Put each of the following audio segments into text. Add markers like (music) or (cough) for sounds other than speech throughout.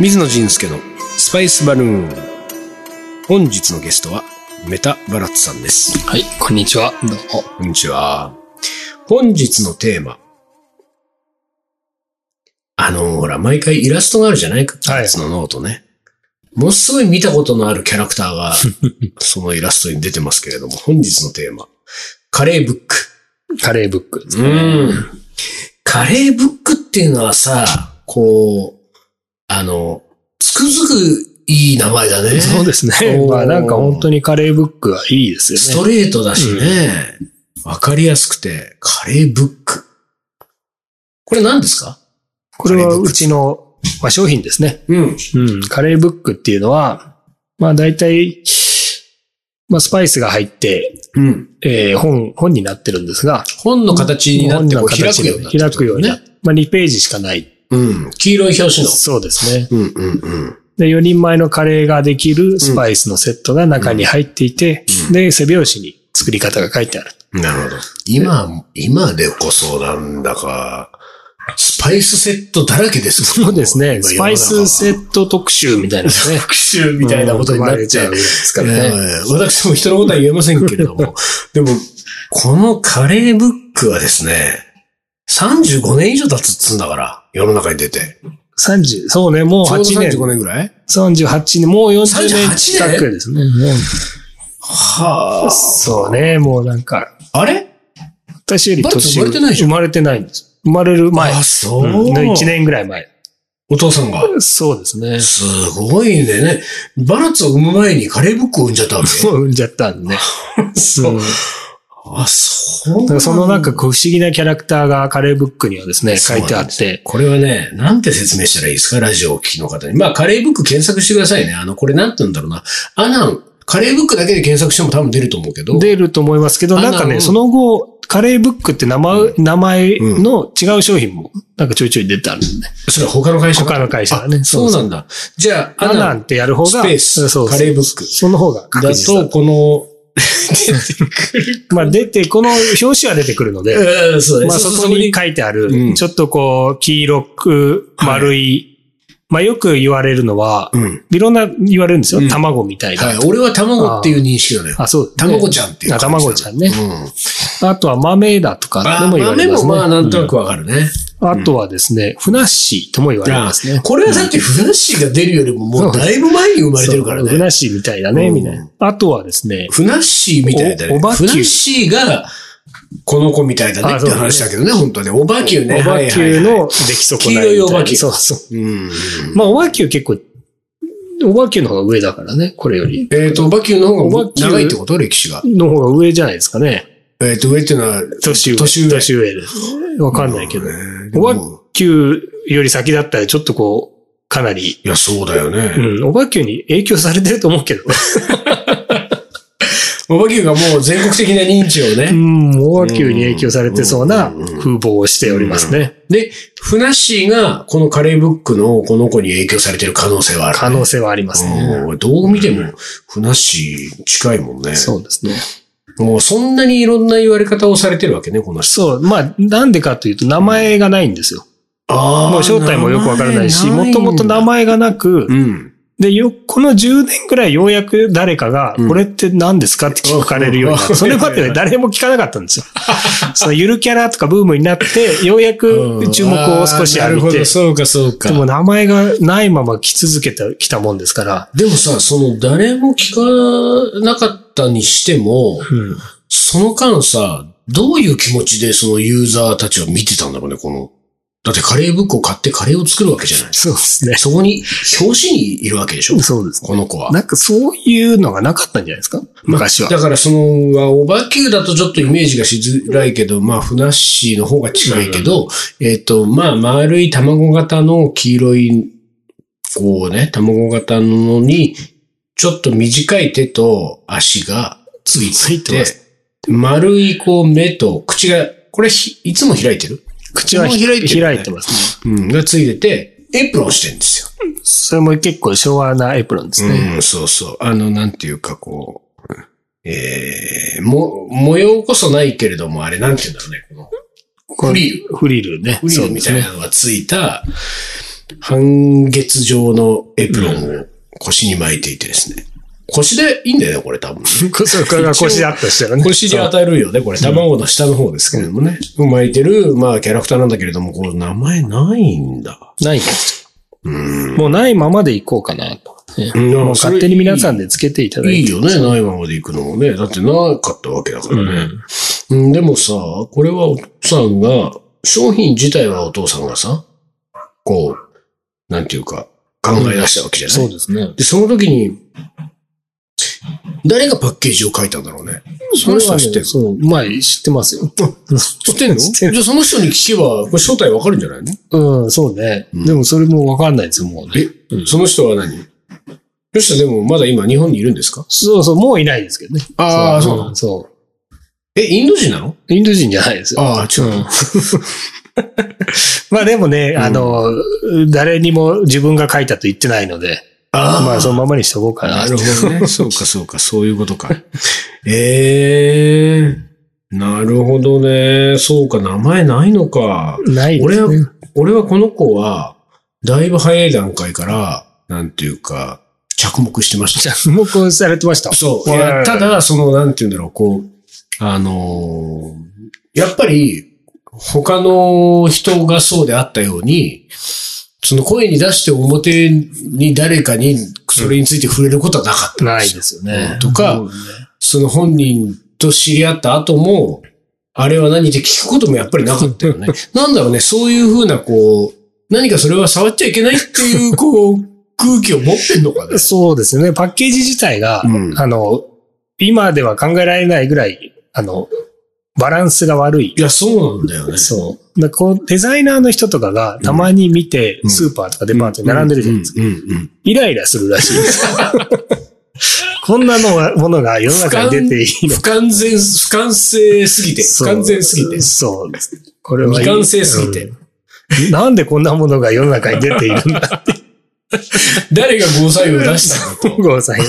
水野仁介のスパイスバルーン。本日のゲストは、メタバラッツさんです。はい、こんにちは。どうも。こんにちは。本日のテーマ。あの、ほら、毎回イラストがあるじゃないか。はいそのノートね。ものすごい見たことのあるキャラクター (laughs) が、そのイラストに出てますけれども、本日のテーマ。カレーブック。カレーブックですうね。ん。カレーブックっていうのはさ、こう、あの、つくづくいい名前だね。そうですねお。ーまあなんか本当にカレーブックはいいですスよトね。レートだしね。わ、かりやすくて、カレーブック。これ何ですかこれはうちの、まあ、商品ですね。うん。うん。カレーブックっていうのは、まあ大体、まあスパイスが入って、うん。えー本、本になってるんですが、本の形になってこう本の開形くでようになってる開くようになね。まあ2ページしかない。うん。黄色い表紙の。そうですね。うんうんうん。で、4人前のカレーができるスパイスのセットが中に入っていて、うんで、背拍子に作り方が書いてある。なるほど。今、今でこそなんだか、スパイスセットだらけですもんそうですね。スパイスセッット特集み (laughs) たいなね。特集みたいなことになっうん組まれちちゃゃうう。んですえからね。ー私も人のことは言えませんけれど (laughs) も。でも、このカレーブックはですね、35年以上経つっつうんだから、世の中に出て。 30、そうね、もうちょうど8 35年。年ぐらい38年、もう38 40年年近くですね。はあ。そうね、もうなんか、あれ私より年バッツ生まれてないでしょ生まれてないんです。生まれる前。あ、そう。 1年ぐらい前。お父さんが。そうですね。すごいね。ねバラッツを産む前にカレーブックを産んじゃったわけ。もう産んじゃったんでね。そうんあ、 (laughs) そうなんだかだ。らそのなんかこう不思議なキャラクターがカレーブックにはですね、そ書ういなんでてすあって。これはね、なんて説明したらいいですかラジオをお聞きの方に。まあ、カレーブック検索してくださいね。あの、これなんて言うんだろうな。アナン、カレーブックだけで検索しても多分出ると思うけど。出ると思いますけど、あなんかなるほね、どその後、カレーブックって名前、う名前の違う商品も、なんかちょいちょい出てあるんで、ね。それは他の会社他の会社がねあそそううそうなんだ。じゃあ、アアナナンン、ってやる方スが、ペースそうそうカレーブックその方が確だ実だと、こ (laughs) の、まあ出て、この表紙は出てくるので、うんそうまあそこに書いてあうる、んちょっとこう、黄色く丸い、まあよく言われるのはう、ん。いろんな言われるんですうよ。ん卵みたいはいな。。俺は卵っていう認識だね。あ、そう。卵ちゃんっていうあ感じだね。卵ちゃんね。うん。あとは豆だとかであも言わ豆れますもね。まあ、なんとなくうんわかるね。あとはですね、ふなっしーとも言われますね。これはだってフラッシーが出るよりももうだいぶ前に生まれてるからそうふね。なっしーみたいだね、うんみたいな。あとはですね、フナッシーみたいだね。おおフばナきゅうッシーがこの子みたいだねって話だけどね、本当ね。おばきゅうね。おばきゅうはいはいはのい出来損ないみたな。黄色いおばきゅうそうそうう。ん。まあ、おばきゅう結構、おばきゅうの方が上だからね、これより。えっと、おばきゅうの方おがばきゅう長いってこと歴史が。の方が上じゃないですかね。えっと、上っていうのは、年上。年上年上です。わかんないけど。ねおばでもきゅうより先だったら、ちょっとこう、かなり、いや、そうだようね。ん、おばきゅうに影響されてると思うけど。おばきゅうがもう全国的な認知をうね。ん、おばきゅうに影響されてそうな風貌をしておりますね。で、フナッシーがこのカレーブックのこの子に影響されてる可能性はある。可能性はありますね。うんどう見ても、ふなっしー近いもんね。そうですね。もうそんなにいろんな言われ方をされてるわけね、この人。そう。まあ、なんでかというと、名前がないんですよ。あもう正体もよくわからないし、もともと名。前がなく、うん。で、よ、この10年くらいようやく誰かが、うんこれって何ですかって聞かれるようになっうて、んそれまでは誰も聞かなかったんですよ。 (laughs) そのゆるキャラとかブームになって、ようやく注目を少しあーなる浴びほてど、、そうか、そうか。でも名前がないまま来続けてきたもんですから、でもさ、その誰も聞かなかったにしても、うんその間さ、どういう気持ちでそのユーザーたちを見てたんだろうね、この。だってカレーブックを買ってカレーを作るわけじゃない。そうですね。そこに、表紙にいるわけで (laughs) しょそうですね。この子は。なんかそういうのがなかったんじゃないですか昔は。だからその、はおばきゅうだとちょっとイメージがしづらいけど、まあ、ふなっしーの方が近いけど、えっ、と、まあ、丸い卵型の黄色い、こうね、卵型のに、ちょっと短い手と足がついついててまて、丸いこう目と口が、これひいつも開いてる口はもう開開いいて,、てるねますね。うん、がついてて、エプロンしてるんですよ。それも結構昭和なエプロンですね。うん、そうそう。あの、なんていうか、こう、えー、も、模様こそないけれども、あれ、なんていうんだろうね、この。フリル。フリルね。フリそルうでみすたいね。なのがついた、半月状のエプロンを腰に巻いていてですね。腰でいいんだよね、これ多分。そうこれが腰であったとしたら (laughs) ね。腰に与えるよね、これ。卵の下の方ですけれどもね。巻いてる、まあ、キャラクターなんだけれども、こう、名前ないんだ。ないんですよ。もうないままでいこうかなと。ねうんもう勝手に皆さんでつけていただいいいて。よね、ないままで行くのもね。だってなかったわけだからね。うん、でもさ、これはお父さんが、商品自体はお父さんがさ、こう、なんていうか、考え出したわけじゃない、そうですね。で、その時に、誰がパッケージを書いたんだろうね。その人は知ってる。そう。まあ、知ってますよ。知ってんの知ってるじゃあその人に聞けば、これ正体わかるんじゃないのうん、そうね。うんでもそれもわかんないですよ、もうね。え、その人は何よし、でもまだ今日本にいるんですかそうそう、もういないですけどね。そうなのそえ、インド人なのう。インド人じゃないですよ。ああ、違う。まあでもね、んあの、誰にも自分が書いたと言ってないので、あまあそのままにしておこうかなな。るほ (laughs) どね。そうか、そうか、そういうことか。ええなるほどね。そうか、名前ないのか。ないで俺すはね。、俺はこの子は、だいぶ早い段階から、なんていうか、着目してました。もうこうされてました。そう。はいいやただ、その、なんていうんだろう、こう、あのーやっぱり、他の人がそうであったように、その声に出して表に誰かにそれについて触れることはなかったんなでいすよ。ですよね。とか、その本人と知り合った後も、あれは何って聞くこともやっぱりなかった (laughs) よね。なんだろうね、そういうふうな、こう、何かそれは触っちゃいけないっていう、 (laughs) こう、空気を持ってんのかね。そうですね。パッケージ自体が、うんあの、今では考えられないぐらい、あの、バランスが悪い。いや、そうなんだよね。そう。だからこう、デザイナーの人とかがたまに見て、うんスーパーとかデパートに並んでるじゃないですか。うんうんうんイライラす (laughs) るらしいです。こんなのはものが世の中に出ていいの不完全、不完成すぎて、不そう完全すぎて、そう。これは未完成すぎて、うんなんでこんなものが世の中に出ているんだ誰がゴーサインを出したのと。ゴーさんよ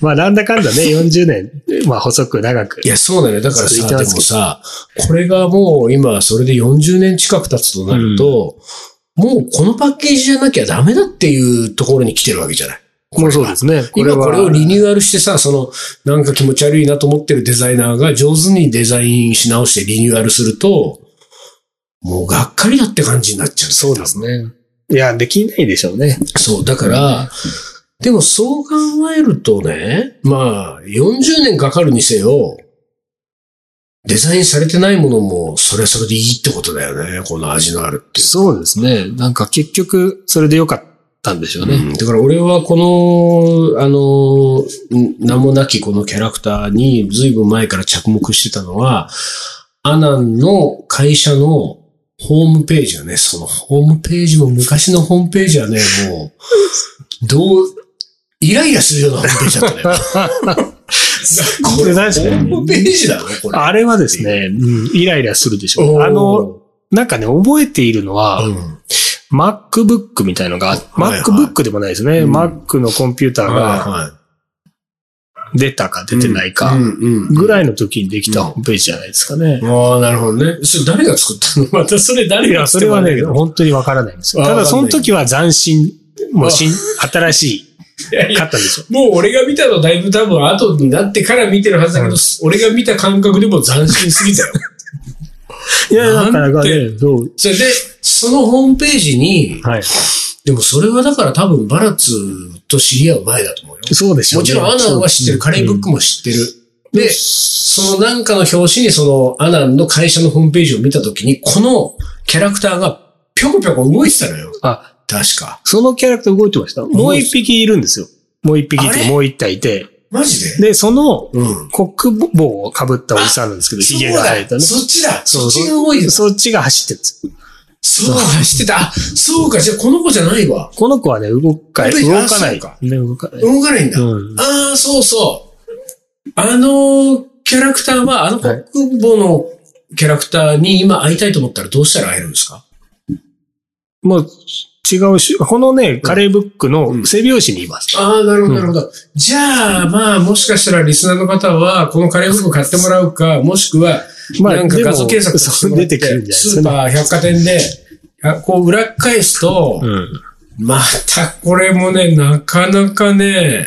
まあ、なんだかんだね、40年、まあ、細く長くい。や、そうだね。だから続いさ、てでまもすけどさ、これがもう今、それで40年近く経つとなると、もうこのパッケージじゃなきゃダメだっていうところに来てるわけじゃない。もうそうですね。今これをリはニューアルしてさ、その、なんか気持ち悪いなと思ってるデザイナーが上手にデザインし直してリニューアルすると、もうがっかりだって感じになっちゃう。そうですね。いや、できないでしょうね。そう、だから、でもそう考えるとね、まあ、40年かかるにせよ、デザインされてないものも、それはそれでいいってことだよね。この味のあるっていう。そうですね。なんか結局、それでよかったんでしょうね。うんだから俺はこの、あの、ん名もなきこのキャラクターに随分前から着目してたのは、アナンの会社のホームページがね、そのホームページも昔のホームページはね、もう、どう、イライラするようなホームページだったね。これ確かにホームページだろ、これ。あれはですね、うんイライラするでしょう。あの、なんかね、覚えているのおー、は、うん MacBook みたいのが、はいはい MacBook でもないですね。うん Mac のコンピューターがはいは出たか出てないうんか、うんぐらいの時にできたホームページじゃないですかね。ああ、なるほどね。それ誰が作ったのまたそれ誰いがや、 (laughs) そ作れったはのね、本当にわからないんですよ。あーたわだ、かんそないの時は斬新、も (laughs) う新、新しい、かったでしょ。もう俺が見たのだいぶ多分後になってから見てるはずだけど、うん俺が見た感覚でも斬新すぎ (laughs) たよ。いや、なかなかなね、そう。それで、そのホームページに、はい。でもそれはだから多分バラツと知り合う前だと思うよ。そうでしょうもねちろんアナンは知ってる、カレーブックも知ってる。で、そのなんかの表紙にそのアナンの会社のホームページを見たときに、このキャラクターがぴょこぴょこ動いてたのよ。あ、確か。そのキャラクター動いてました。もう一匹いるんですよ。もう一匹いあて、れもう一体いて。マジでで、その、うん。コック帽を被ったおじさんなんですけど、髭が生えたね。そうだそっちだそそうっちが動いてた。そっちが走ってるんですよ。そう、走ってた。あ、そうか、じゃあこの子じゃないわ。この子はね、動かあ動かなそうい。かね、動かない。動かないんだ。うん。ああ、そうそう。あのキャラクターは、あのはい国母のキャラクターに今会いたいと思ったらどうしたら会えるんですかもう、違うし、このね、カレーブックの背拍子にいます。ああ、なるほど、なるほど。じゃあ、まあ、もしかしたらリスナーの方は、このカレーフード買ってもらうか、もしくは、まあなんか画像検索してもらっでもそう出てくるんじゃないですスかーねパー、百貨店で、あこう裏返すと、うん。またこれもね、なかなかね、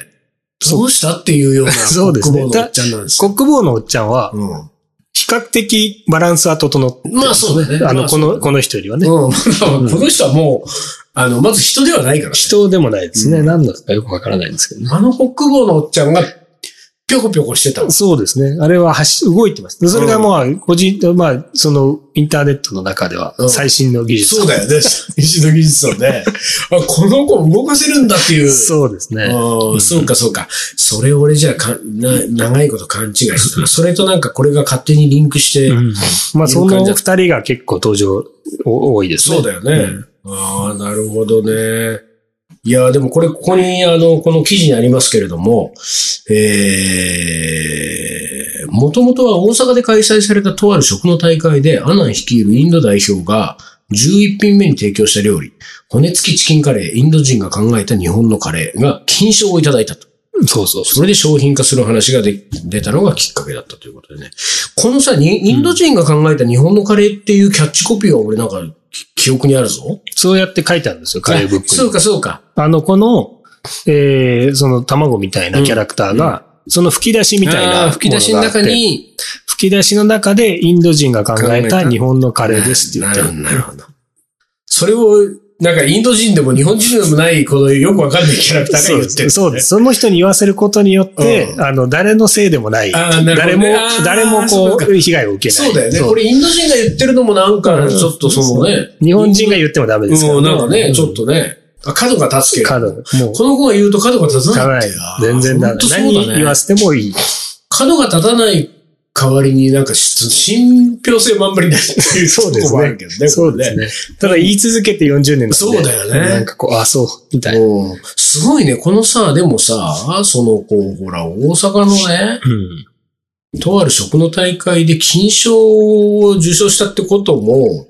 どうしたっていうような、 (laughs) そうですね国宝のおっちゃんなんですよ。国防のおっちゃんは、う比較的バランスは整って、ん、まあそうだね。あまの、こそうの、この人よりはね。うん、この人はもう、あの、まず人ではないから。人でもないですね。うん何なんですかよくわからないんですけどね。あの国宝のおっちゃんが、ぴょこぴょこしてた。そうですね。あれは走、動いてます。でそれがまあ、個人、まあ、その、インターネットの中ではうん、最新の技術。そうだよね。 (laughs) 石の技術を (laughs) ね。あ、この子を動かせるんだっていう。そうですね。あーそうか、そうか。それ俺じゃあかんな、長いこと勘違いしてた。それとなんかこれが勝手にリンクして、うんまあ、そいう感のじ二だ人が結構登場お多いですね。そうだよね。うんああ、なるほどね。いやー、でもこれ、ここに、あの、この記事にありますけれども、えー、もともとは大阪で開催されたとある食の大会で、アナン率いるインド代表が、11品目に提供した料理、骨付きチキンカレー、インド人が考えた日本のカレーが金賞をいただいたと。そうそうそそれで商品化する話がで出たのがきっかけだったということでね。このさ、にインド人が考えた日本のカレーっていうキャッチコピーは俺なんかき記憶にあるぞ。う。そうやって書いてあるんですよ、カレーブック (laughs) そうに。か、そうか。あの、この、えー、その卵みたいなキャラクターが、その吹き出しみたいあーな。吹き出しの中。に、吹き出しの中でインド人が考え考えたた日本のカレーですって言なってるるほど、。なるほど。それを、なんかインド人でも日本人でもない、このよくわかんないキャラクターそがう言でってる、す。そうです。その人に言わせることによって、うんあの、誰のせいでもない。あーなるほど誰もねあ、ー誰もそうこかう、被害を受けない。そうだよね。そうこれインド人が言ってるのもなんか、ちょっとそのね、日本人が言ってもダメですからうん、なんかね、ちょっとね、あ角が立つけど。カード、もう、この子が言うと角が立たかなないっいてな。。全然ダほメんと。そう何だね言わせてもいい。角が立たない代わりになんかし、信憑性もあんまりないっていう (laughs) そうですねとこもあるけどね。そうですね。ただ言い続けて40年なんでそうだよねなんかこう、あ、そう、みたいな。うんすごいね。このさ、でもさ、その、こう、ほら、大阪のね、うん。とある食の大会で金賞を受賞したってことも、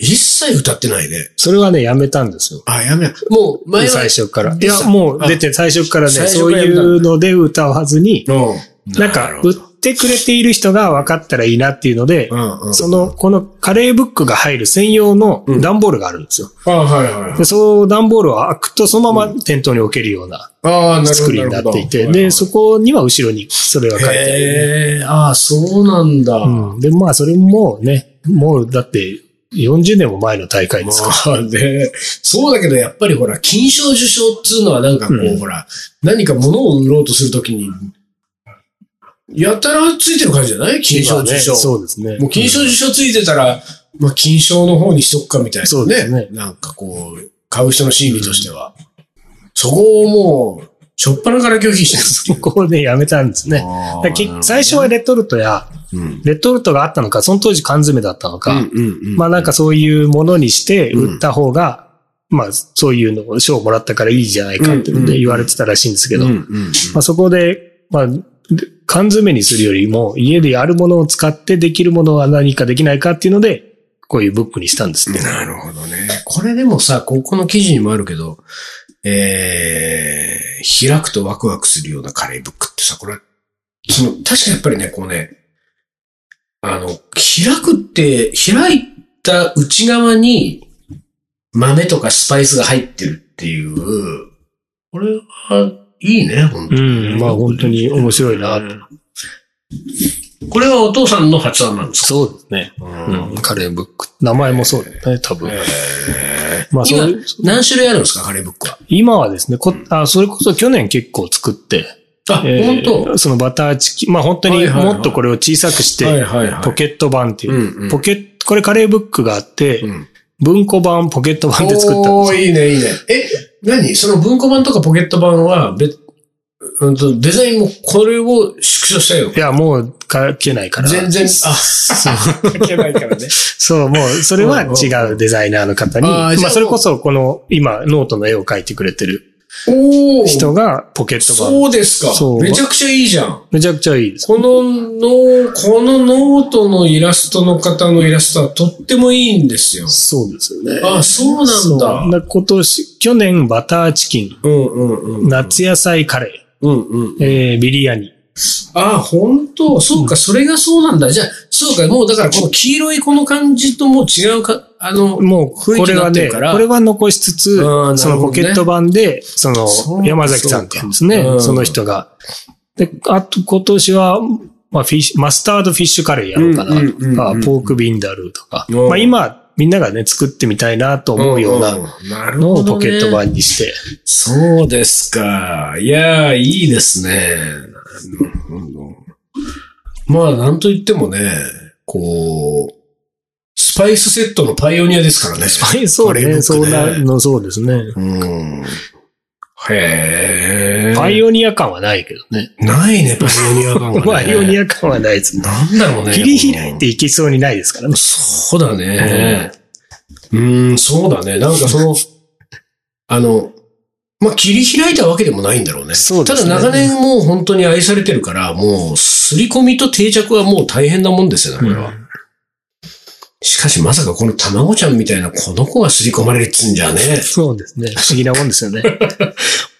一切歌ってないね。それはね、やめたんですよ。あ、やめや。もう、前は最、初から。いさや、もう出て最初からね、最初そかうらやいめたんだうので歌わずに、うんなんか、売ってくれている人が分かったらいいなっていうのでう、んうん。その、このカレーブックが入る専用のうん段ボールがあるんですよ。あはいはいはいで、。その段ボールは開くとそのまま店頭に置けるようなああ、なるほど。作りになっていて、で、そここには後ろにそれが書いてある。へえ、ああ、そうなんだ。うん。で、まあ、それもね、もうだって40年も前の大会ですから。まあね、そうだけどやっぱりほら、金賞受賞っつうのはなんかこう、うんほら、何か物を売ろうとするときに、やたらついてる感じじゃない金賞今受ね賞。そうですね。もう金賞受賞ついてたら、まあ金賞の方にしとくかみたいな、ね。そうですねなんかこう、買う人の心理としては。そこをもう、しょっぱなから拒否してそこをね、やめたんでする。ね。 (laughs) あーだからき最初は、レトルトや、うん。レトルトがあったのか、その当時缶詰だったのか、うんうんうんまあなんかそういうものにして売った方が、まあそういうのを賞をもらったからいいじゃないかってうんうんうん言われてたらしいんですけうんど、うんまうんあそこで、まあ缶詰にするよりも家であるものを使ってできるものは何かできないかっていうので、こういうブックにしたんですね。なるほどね。これでもさ、ここの記事にもあるけど、えー、開くとワクワクするようなカレーブックってさ、これ、その、確かやっぱりね、こうね、あの、開くって、開いた内側に豆とかスパイスが入ってるっていう、これは、いいね、本当うに。ん、まあ本当に面白いな。これはお父さんの発案なんですかそうですね。うんうん、カレーブック。名前もそうだね、多分。まあそ今ういう、何種類あるんですか、カレーブックは。今はですね、こあそれこそ去年結構作って、あ、えー本当そのバターチキン、まあ本当はいにはいはいもっとこれを小さくして、はいはいはいポケット版っていう、うんうんポケット、これカレーブックがあって、うん文庫版、ポケット版で作ったんおですーいいね、いいね。え、何その文庫版とかポケット版は、べ、うんと、デザインもこれを縮小したよい。や、もう書けないから。全然、あ、書けないからね。 (laughs) そう、もう、それは違うデザイナーの方に、あーじゃあまあ、それこそ、この、今、ノートの絵を描いてくれてる、おー人がポケット版。そうですかそ。うめちゃくちゃいいじゃん。めちゃくちゃいいです。このの、このノートのイラストの方のイラストはとってもいいんですよ。そうですよね。あ、そうなんだ。そう今年、去年バターチキン、うんうんうん。夏野菜カレうんうん。ー、えービリヤニ。あ、本当そうか、それがそうなんだ。じゃあ、そうか、もうだからこの黄色いこの感じともう違うか、あの、もう、雰囲こ気れになはってね、るからこれは残しつつ、あーなるほどねそのポケット版で、そそうの、か山崎さんっていうんですね、そうそかの人が。で、あと今年は、まあ、フィッシュ、マスタードフィッシュカレーやろうかなとうんうんかうんうん、ポークビンダルーとか、うんまあ今、みんながね、作ってみたいなと思うようななるのほをど、ポね。ケット版にして、そうですか。いやー、いいですね。なるほどまあ、なんと言ってもね、こう、スパイスセットのパイオニアですからね。はい、 (laughs) そうカレーブね、ッそクうなの、そうですね。うん。へえ。パイオニア感はないけどね。ないね、パイオニア感が、ね。 (laughs) パイオニア感はないですね。なんだろうね。切り開いていけそうにないですからね。そうだね。うん、そうだね。なんかその、 (laughs) あの、まあ、切り開いたわけでもないんだろうね。そうですねただ長年もう本当に愛されてるから、もう、刷り込みと定着はもう大変なもんですよね、これは。しかしまさかこのたまごちゃんみたいなこの子が刷り込まれるっつうんじゃね。そうですね。不思議なもんですよね。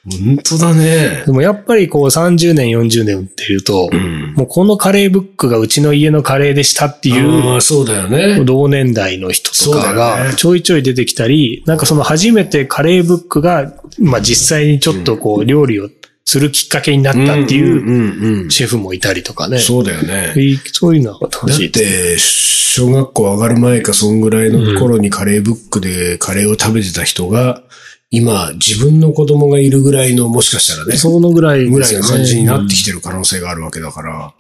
本当だね。でもやっぱりこう30年、40年売ってると、うん。もうこのカレーブックがうちの家のカレーでしたっていうああ、そうだよね。同年代の人とかそうだよねがちょいちょい出てきたり、なんかその初めてカレーブックが、まあ実際にちょっとこう料理をするきっかけになったってんいうんうんうんシェフもいたりとかね。そうだよね。いいそういうのは楽だっしいです。て、小学校上がる前か、そんぐらいの頃にカレーブックでカレーを食べてた人が、今、自分の子供がいるぐらいの、もしかしたらね、そのぐらいぐでらすいよのね感じになってきてる可能性があるわけだから。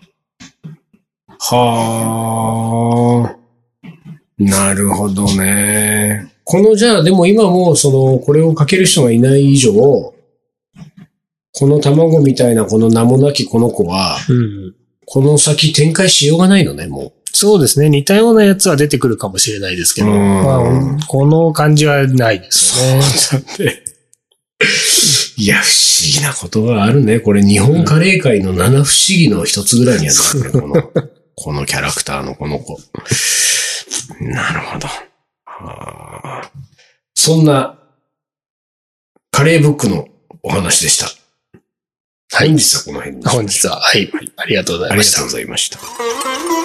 はあ。なるほどね。この、じゃあ、でも今もう、その、これをかける人がいない以上、この卵みたいな、この名もなきこの子は、うん。この先展開しようがないのね、もう。そうですね。似たようなやつは出てくるかもしれないですけど、うんまあ、この感じはないですよね。いや、不思議なことがあるね。これ、日本カレー界の七不思議の一つぐらいにはなるね、この、このキャラクターのこの子。なるほど。はあそんな、カレーブックのお話でした。はい本日はこの辺に。本日は、はい、ありがとうござありいまがしたとう。ございました。 Thank you.